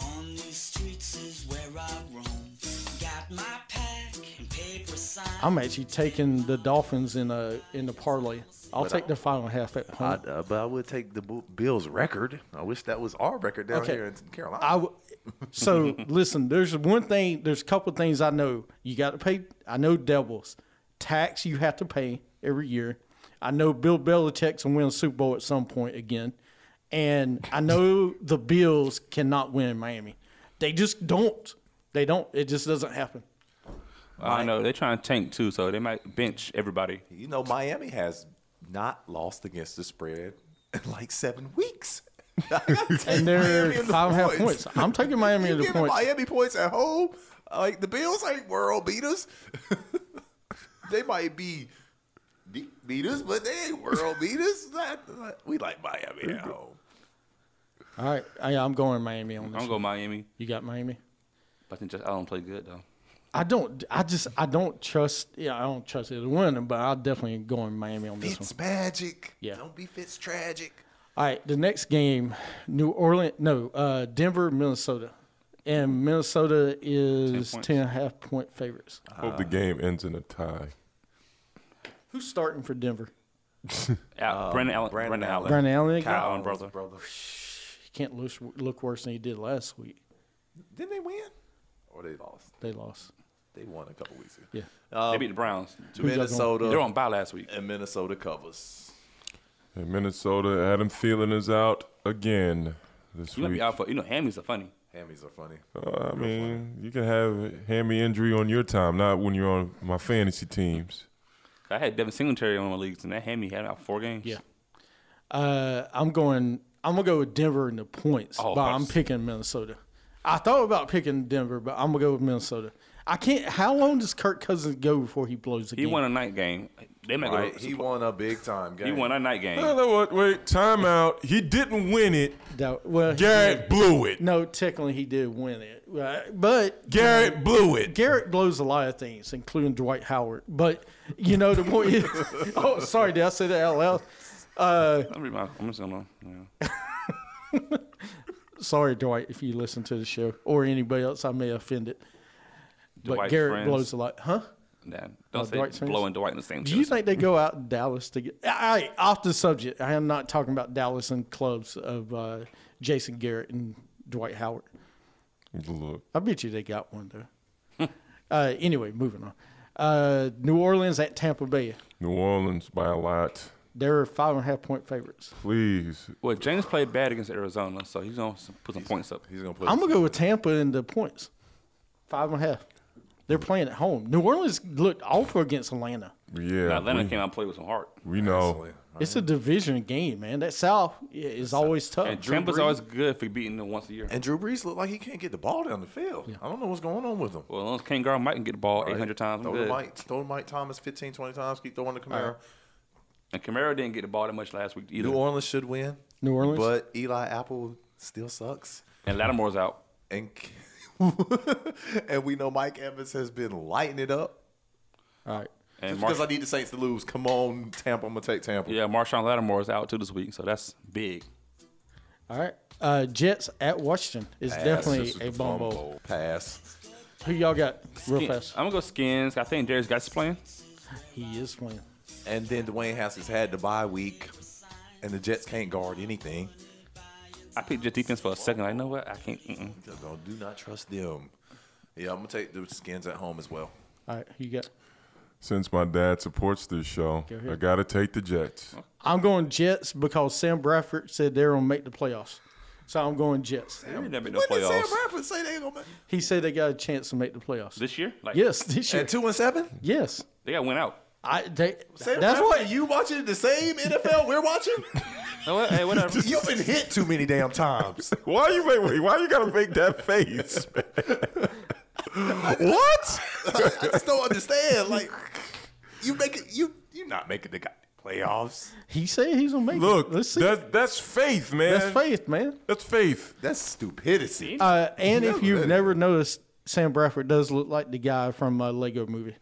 On these streets is where I roam. Got my pack and paper sign. I'm actually taking the Dolphins in a in the parlay. I'll take the final half at I, home. uh, but I would take the Bu- Bills record. I wish that was our record down Okay. here in Carolina. I w- so listen, there's one thing, there's a couple of things I know. You got to pay. I know Devils tax you have to pay every year. I know Bill Belichick's gonna win a Super Bowl at some point again, and I know the Bills cannot win in Miami. They just don't. They don't. It just doesn't happen. I know they're trying to tank too, so they might bench everybody. you know, Miami has not lost against the spread in like seven weeks. I gotta take And they're Miami and the five and a half points. I'm taking Miami You and the giving points. Miami points at home. Like the Bills ain't world beaters. they might be deep beaters, but they ain't world beaters. That- we like Miami at home. All right, I, I'm going Miami on I'm this. gonna go Miami, You got Miami. but I think just I don't play good though. I don't. I just. I don't trust. Yeah, I don't trust either one. of them, But I'll definitely go in Miami on this one. Fitz magic. Yeah. Don't be Fitz tragic. All right, the next game, New Orleans. No, uh, Denver, Minnesota, and Minnesota is 10, points. and a half point favorites. Hope the game ends in a tie. Who's starting for Denver? Al- Brandon Allen. Uh, Brandon Brandon, Allen. Allen. Brandon Allen. again? Kyle Allen, brother. He can't look, look worse than he did last week. Didn't they win? Or they lost? They lost. They won a couple weeks ago. Yeah. they beat the Browns. To y'all going- Minnesota. They were on bye last week. and Minnesota covers. In Minnesota, Adam Thielen is out again this You might week. be out for you know hammies are funny. Hammies are funny. Uh, I mean, you can have a hammy injury on your time, not when you're on my fantasy teams. I had Devin Singletary in one of my leagues, and that hammy had him out four games. Yeah. Uh, I'm going. I'm gonna go with Denver in the points, Oh, but I I'm was- picking Minnesota. I thought about picking Denver, but I'm gonna go with Minnesota. I can't. How long does Kirk Cousins go before he blows the he game? won a night game. They might Right? go. He won a big time game. he won a night Hey, game. look, what? Wait, timeout. He didn't win it. That- well, he Garrett blew it. No, technically he did win it, right? but Garrett blew it. Garrett blows a lot of things, including Dwight Howard. But you know the point. Is, oh, sorry, did I say that out loud? Uh, I'm, reading my, I'm just gonna. Yeah. Sorry, Dwight, if you listen to the show or anybody else, I may offend it. But Dwight's Garrett friends. blows a lot, huh? Nah, Oh, Uh, don't say Dwight Smith? blowing Dwight in the same. Do you sentence. think they go out in Dallas to get? I, I- off the subject. I am not talking about Dallas and clubs of uh, Jason Garrett and Dwight Howard. Look, I bet you they got one though. uh, anyway, moving on. Uh, New Orleans at Tampa Bay. New Orleans by a lot. They're five and a half point favorites. Please. Well, James played bad against Arizona, so he's gonna put some points up. He's gonna put. I'm gonna go with Tampa in the points. Five and a half. They're playing at home. New Orleans looked awful against Atlanta. Yeah. Atlanta we, came out and played with some heart. we know. It's a division game, man. That South is always tough. And Tampa's Brees? always good for beating them once a year. and Drew Brees looked like he can't get the ball down the field. I don't know what's going on with him. well, as long as King Garden Mike can get the ball 800 times, I'm Throw the good. Mike, throw the Mike Thomas 15, 20 times. Keep throwing the Camaro. And Camaro didn't get the ball that much last week either. New Orleans should win. New Orleans? but Eli Apple still sucks. and Lattimore's out. and and we know Mike Evans has been lighting it up. All right. And Just Mar- because I need the Saints to lose. Come on, Tampa. I'm gonna take Tampa. yeah, Marshawn Lattimore's out too this week, so that's big. All right. Uh, Jets at Washington is definitely This is a the bomb fumble. bowl. Pass. Who y'all got? Real Skin- fast. I'm gonna go skins. I think Darius Geis is playing. He is playing. And then Dwayne Haskins had the bye week, and the Jets can't guard anything. I picked just defense for a second. I know what I can't. Mm-mm. Just don't- Do not trust them. Yeah, I'm gonna take the Skins at home as well. All right. Who you got? Since my dad supports this show, ahead. I got to take the Jets. I'm going Jets because Sam Bradford said they're gonna make the playoffs. So I'm going Jets. There ain't never been no When did Sam playoffs Bradford say they gonna? He said they got a chance to make the playoffs. this year. Like, yes, this year. At two and seven. yes. they got went out. I they, Sam that's Bradford, what you watching the same NFL we're watching. No, what- hey, whatever. You've been hit too many damn times. Why you make? Wait, why you gotta make that face? What? I just don't understand. Like you make it you you're not making the guy playoffs. he said he's gonna make Look, it. Let's see. that- that's faith, man. That's faith, man. That's faith. That's stupidity. Uh, and if Never you've did. never noticed, Sam Bradford does look like the guy from uh, Lego Movie.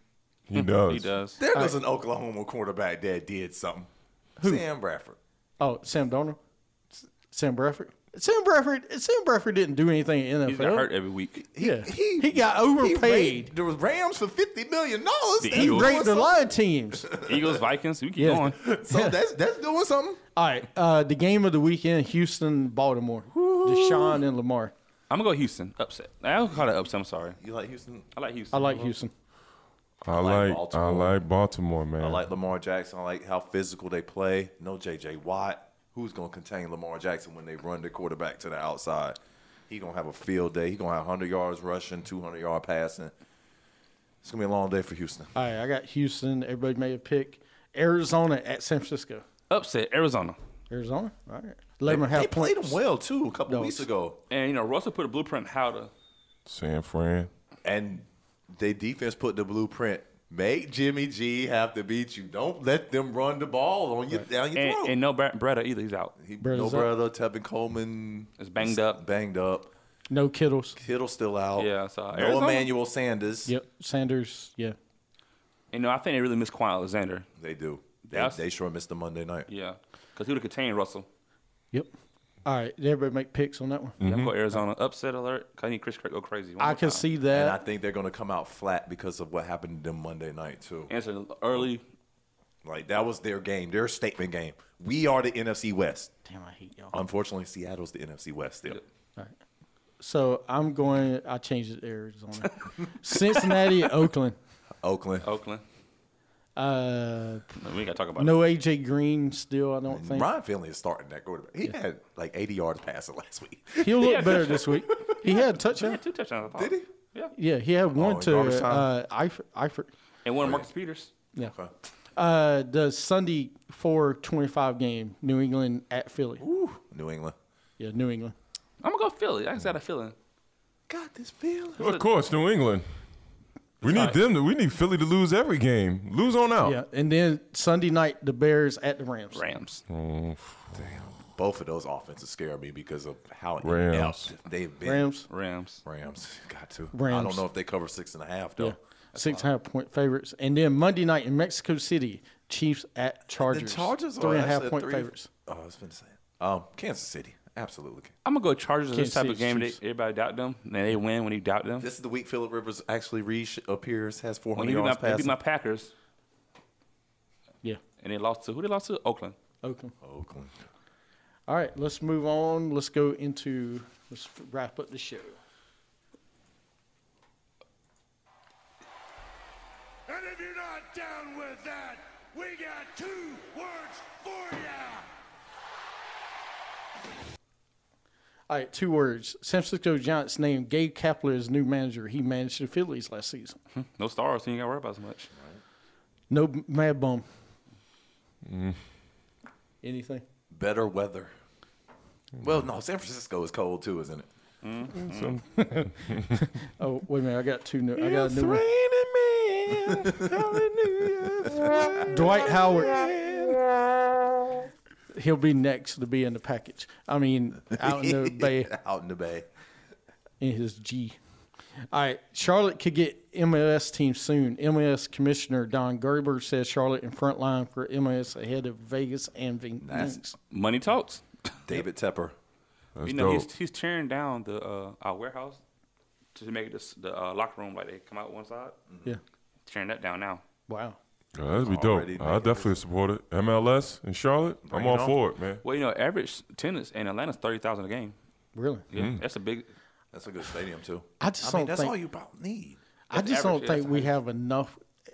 He does. he does. there Uh, was an Oklahoma quarterback that did something. Sam Bradford. Oh, Sam Donald. S- Sam Bradford. Sam Bradford. Sam Bradford didn't do anything in He's got hurt NFL. every week. Yeah, he, got overpaid. raped the Rams for fifty million dollars. The That's He, Eagles. doing raped a lot of teams. Eagles, Vikings. We keep Yeah. going. something. So that's that's doing something. All right, uh, the game of the weekend: Houston, Baltimore, Deshaun and Lamar. I'm gonna go Houston. Upset. I don't call it upset. I'm sorry. You like Houston? I like Houston. I like Houston. I like like. I Baltimore. like Baltimore, man. I like Lamar Jackson. I like how physical they play. No JJ Watt. Who's gonna contain Lamar Jackson when they run the quarterback to the outside? He gonna have a field day. He gonna have 100 yards rushing, 200 yard passing. It's gonna be a long day for Houston. All right, I got Houston. Everybody made a pick. Arizona at San Francisco. upset Arizona. Arizona. All right, eleven and They, a half they played points. him well too a couple Dogs. weeks ago, And you know Russell put a blueprint how to. San Fran. and they defense put the blueprint. Make Jimmy G have to beat you. Don't let them run the ball on you down your And, throat. and no Brad, Bretta either. He's out. he, no Brother's up. brother, Tevin Coleman Is banged up. Banged up. No Kittles. Kittle's still out. Yeah, so no Arizona- Emmanuel Sanders. Yep. Sanders. Yeah. You know I think they really miss Quan Alexander. They do. They, That's- they sure missed the Monday night. Yeah, because he would have contained Russell. Yep. Mm. All right. Did everybody make picks on that one? Yeah, I'm going Arizona. Upset alert. 'cause I need Chris Kirk go crazy. One Mm-hmm. I more can time. see And that. I think they're gonna come out flat because of what happened to them Monday night too. Answer early. Like that was their game, their statement game. We are the NFC West. Damn, I hate y'all. Unfortunately, Seattle's the NFC West still. All right. So I'm going. I changed it to Arizona. Cincinnati, Oakland. Oakland. Oakland. Uh, No, we ain't got to talk about it. no AJ Green still. I don't think Ryan Finley is starting that quarterback. He had like 80 yards passing last week. he'll look better this week. He had a touchdown. Two touchdowns. I thought. Did he? Yeah, he had one Oh, in to garbage time? uh, Eifert. Eifert. And one Marcus Peters. Yeah. Okay. Uh, the Sunday four twenty five game, New England at Philly. Woo. New England. Yeah, New England. I'm going to go Philly. I just got a feeling. Got this feeling. Of course, New England. We need them. To, we need Philly to lose every game. Lose on Oh. out. Yeah, and then Sunday night, the Bears at the Rams. Rams. Both of those offenses scare me because of how Rams. inept they've been. Rams. Rams. Rams. Got to. I don't Rams. know if they cover six and a half, though. Yeah. Six half point favorites. And then Monday night in Mexico City, Chiefs at Chargers. The Chargers are three and a half actually point three- favorites. Oh, I was going to say. Um, Kansas City. Absolutely. I'm going to go Chargers in this Kansas type of City's game. They, Chiefs. everybody doubt them. And they win when you doubt them. This is the week Philip Rivers actually reappears, has When 400 they beat, my, yards they beat passing. my Packers Yeah. and they lost to, who they lost to? Oakland. Oakland. Oakland. All right, let's move on. Let's go into let's wrap up the show. And if you're not down with that, we got two words for you. All right, two words. San Francisco Giants named Gabe Kapler as new manager. He managed the Phillies last season. No stars, so you ain't got to worry about as much. No mad bum. Anything? Better weather. Well, no, San Francisco is cold, too, isn't it? Oh wait a minute, I got two new. I got a new one. Dwight Howard. He'll be next to be in the package. I mean, out in the bay Out in the bay. in his G. All right, Charlotte could get MLS team soon. MLS Commissioner Don Gerber says Charlotte in front line for MLS ahead of Vegas and Vin- That's- Phoenix. Money talks. David Tepper. That's you know, dope. he's, he's tearing down the uh, our warehouse to make this the uh, locker room like they come out one side. Mm-hmm. Yeah. Tearing that down now. Wow. Yeah, that'd be Already dope. I making definitely support it. MLS in Charlotte. I'm all for it, man. Well, you know, average tenants in Atlanta's thirty thousand a game. Really? Yeah, that's a big. That's a good stadium, too. I just I mean, don't that's think all you about need. I average, just don't yeah, think that's we have enough uh,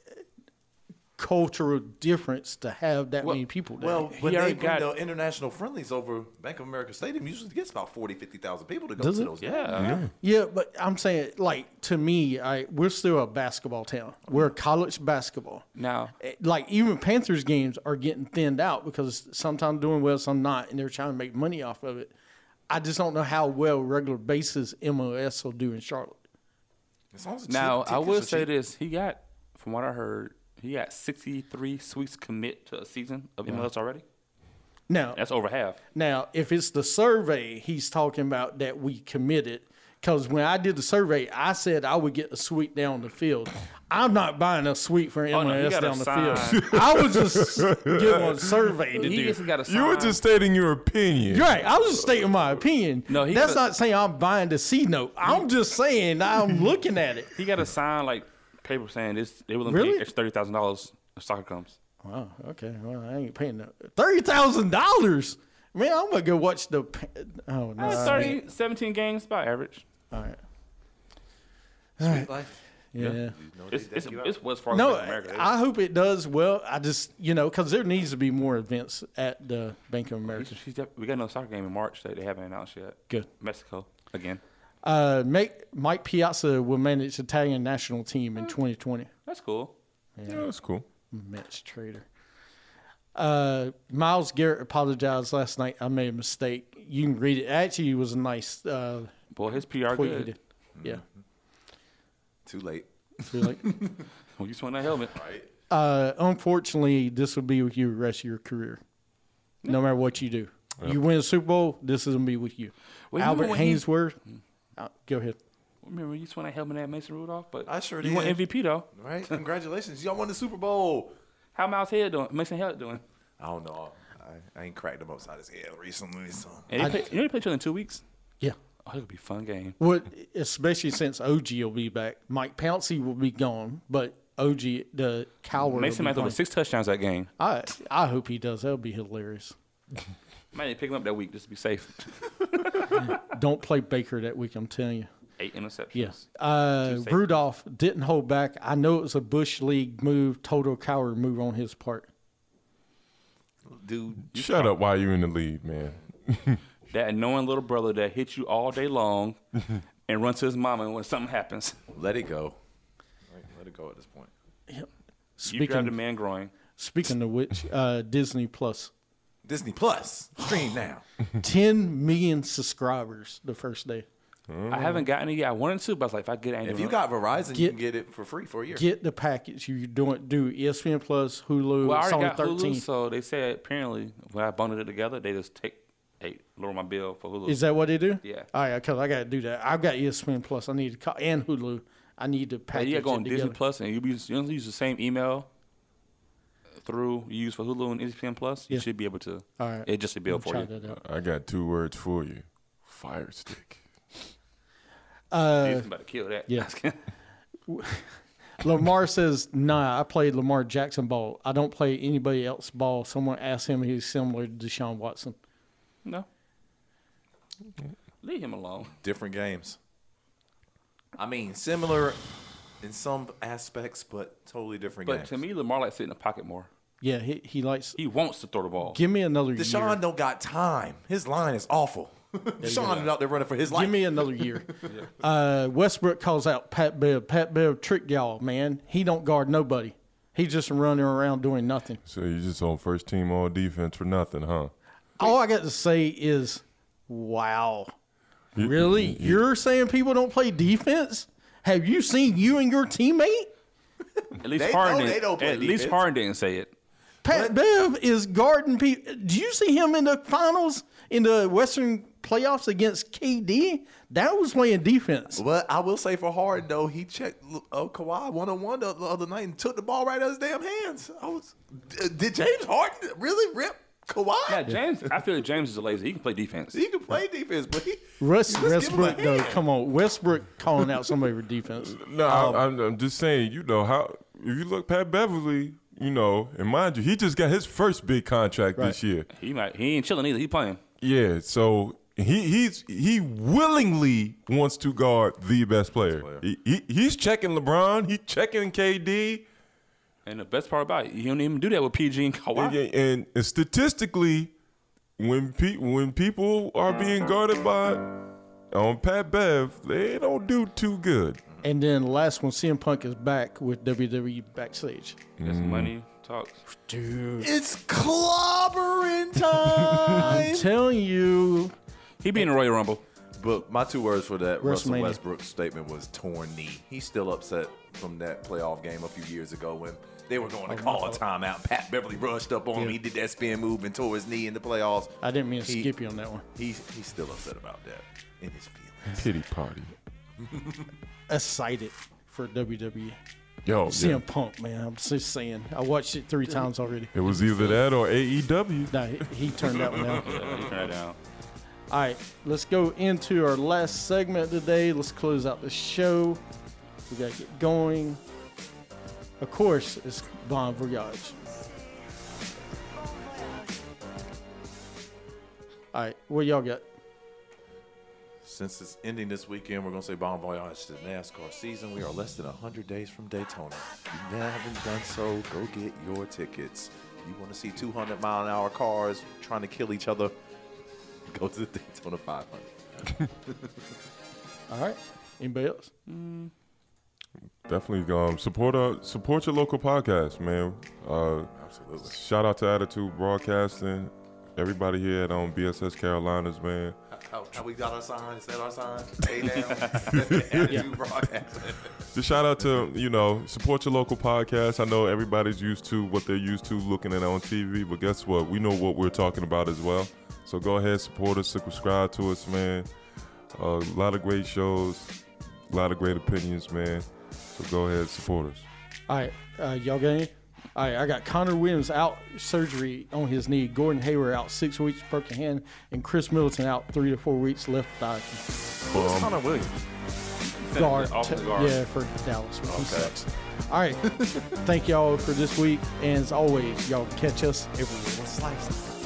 cultural difference to have that many people there. Well, when they already bring got- the international friendlies over Bank of America Stadium, usually gets about 40, 50,000 people to go Does to it? those. Yeah, yeah, but I'm saying, like, to me, I, we're still a basketball town. We're college basketball. Now- Eh, like, even Panthers games are getting thinned out because sometimes doing well, some not, and they're trying to make money off of it. I just don't know how well regular basis MLS will do in Charlotte. As long as the Now cheap I will tickets are say cheap. this: he got, from what I heard, he got sixty-three suites commit to a season of MLS already. Now, That's over half. Now, if it's the survey he's talking about that we committed, because when I did the survey, I said I would get a suite down the field. I'm not buying a suite for Oh, no, you MLS gotta down the sign. field. I was just giving a survey to He do. just got a You were sign. just stating your opinion. You're right. I was just stating my opinion. No, he that's gotta- not saying I'm buying the C note. I'm just saying I'm looking at it. he got a sign like paper saying this. They will Really? pay extra thirty thousand dollars if soccer comes. Wow. Okay. Well, I ain't paying no thirty thousand dollars. Man, I'm gonna go watch the. pa- Oh no. That's 30, 17 games by average. All right. Sweet life. yeah. It's it's, it's West Fargo, No, America. I hope it does well. I just, you know, because there needs to be more events at the Bank of America. She's def- we got another soccer game in March that they haven't announced yet. Good. Mexico again. Uh, make, Mike Piazza will manage Italian national team in 2020. That's cool. Yeah, that's cool. Mets trader. Uh, Miles Garrett apologized last night. I made a mistake. You can read it. Actually, it was a nice uh, Boy, his PR tweet. he good. Mm-hmm. did. Yeah. Too late. So, like, When you swing that helmet, uh, unfortunately, this will be with you the rest of your career, no matter what you do. You win a Super Bowl, this is going to be with you. Well, you Mm-hmm. Albert know when he- Hainsworth, uh, go ahead. remember when you swung that helmet at Mason Rudolph? But I sure you won did. MVP though. Right? Congratulations. Y'all won the Super Bowl. How Miles Head doing? Mason Head doing? I don't know. I, I ain't cracked him upside his head recently. So. And they play, you know they play each other in two weeks. Yeah. Oh, it'll be a fun game. Well, especially since OG will be back. Mike Pouncey will be gone, but OG, the coward. Mason will might be over playing. six touchdowns that game. I, I hope he does. That would be hilarious. Might need to pick him up that week just to be safe. Don't play Baker that week. I'm telling you. Eight interceptions. Yes. Uh, safety. Rudolph didn't hold back. I know it was a Bush League move, total coward move on his part. Dude, Shut up while you're in the lead, man. that annoying little brother that hits you all day long and runs to his mama when something happens. Let it go. Right, Let it go at this point. You grab the Speaking man groin. speaking of which, uh, Disney Plus, Disney Plus stream now. 10 million subscribers the first day. I haven't gotten it yet. I wanted to, but I was like, if I get it, I ain't Mm-hmm. If doing you it. got Verizon, you Get- can get it for free for a year. Get the package. You don't do E ESPN Plus, Hulu. well, I it's on already the got Hulu, 13th. so they said apparently when I bundled it together, they just take, hey, lower my bill for Hulu. Is that what they do? Yeah. All right, because I got to do that. I've got E ESPN Plus. I need to call, and Hulu. I need to Like, package yeah, go on it Disney together. Plus and you'll be you'll use the same email through you use for Hulu and E ESPN Plus. You Yeah. should be able to. All right. It just a bill I'll for try you. that out. I got two words for you. Fire stick. Disney's about to kill that. yeah. Lamar says, "Nah, I played Lamar Jackson ball. I don't play anybody else ball." Someone asked him, he's similar to Deshaun Watson. no. Leave him alone. Different games. I mean, similar in some aspects, but totally different But games. to me, Lamar likes to sit in the pocket more. Yeah, he, he likes. He wants to throw the ball. Give me another Deshaun year. don't got time. His line is awful. Deshaun is out there running for his life. Give me another year. uh, Westbrook calls out Pat Bev. Pat Bev tricked y'all, man. He don't guard nobody. He just running around doing nothing. So you just on first team all defense for nothing, huh? All I got to say is, wow. Really? You're saying people don't play defense? Have you seen you and your teammate? At least They Harden. know they didn't- don't play at least defense. Harden didn't say it. Pat Bev is guarding people. Do you see him in the finals in the Western playoffs against KD? That was playing defense. But I will say for Harden though, he checked uh, Kawhi one on one the the other night and took the ball right out of his damn hands. I was, D- did James Harden really rip Kawhi? Yeah, James. I feel like James is a lazy. He can play defense. He can play defense, but he Russ let's give him a Westbrook, though, hand. come on. Westbrook calling out somebody for defense. No, Um, I, am I'm just saying, you know, how if you look Pat Beverly, you know, and mind you, he just got his first big contract this year. He might. He ain't chilling either. He playing. Yeah, so he he's he willingly wants to guard the best player. He, he he's checking LeBron, he checking KD, And the best part about it, you don't even do that with PG and Kawhi. and, and, and statistically, when pe- when people are being guarded by on Pat Bev, they don't do too good. And then last one, CM Punk is back with WWE backstage. That's money talks. Dude, It's clobbering time. I'm telling you, He be in the Royal Rumble. but my two words for that Russell WrestleMania. Westbrook's statement was torn knee. He's still upset from that playoff game a few years ago when they were going to call a timeout. Pat Beverly rushed up on him. Oh, Yeah. He did that spin move and tore his knee in the playoffs. I didn't mean to He- skip you on that one. He's he's still upset about that in his feelings. Pity party. Excited for WWE. Yo, CM yeah. Punk, man. I'm just saying. I watched it three times already. it was either that or E AEW. Nah, he, he turned that one down. Yeah, he turned it down. All right, let's go into our last segment today. Let's close out the show. We gotta get going. Of course, it's Bon Voyage. All right, what y'all got? Since it's ending this weekend, we're gonna say bon voyage to the NASCAR season. We are less than hundred days from Daytona. If you haven't done so, go get your tickets. You want to see 200 mile an hour cars trying to kill each other? Go to the Daytona 500. All right, anybody else? Definitely um, support our support your local podcast, man. Uh, Absolutely. shout out to Attitude Broadcasting, everybody here at um, BSS Carolinas, man. How, how Oh, we got our sign? Is that our sign? Hey down. Attitude broadcast. Just shout out to you know support your local podcast. I know everybody's used to what they're used to looking at on TV, but guess what? We know what we're talking about as well. So go ahead, support us, subscribe to us, man. Uh, A lot of great shows, a lot of great opinions, man. So go ahead, support us. All right, uh, y'all got any? All right, I got Connor Williams out surgery on his knee. Gordon Hayward out six weeks broken hand, and Chris Middleton out three to four weeks left thigh Who's Connor Williams? guard. Off the t- guard. Yeah, for Dallas. He sucks. All right, thank y'all for this week, and as always, y'all catch us everywhere. What's life?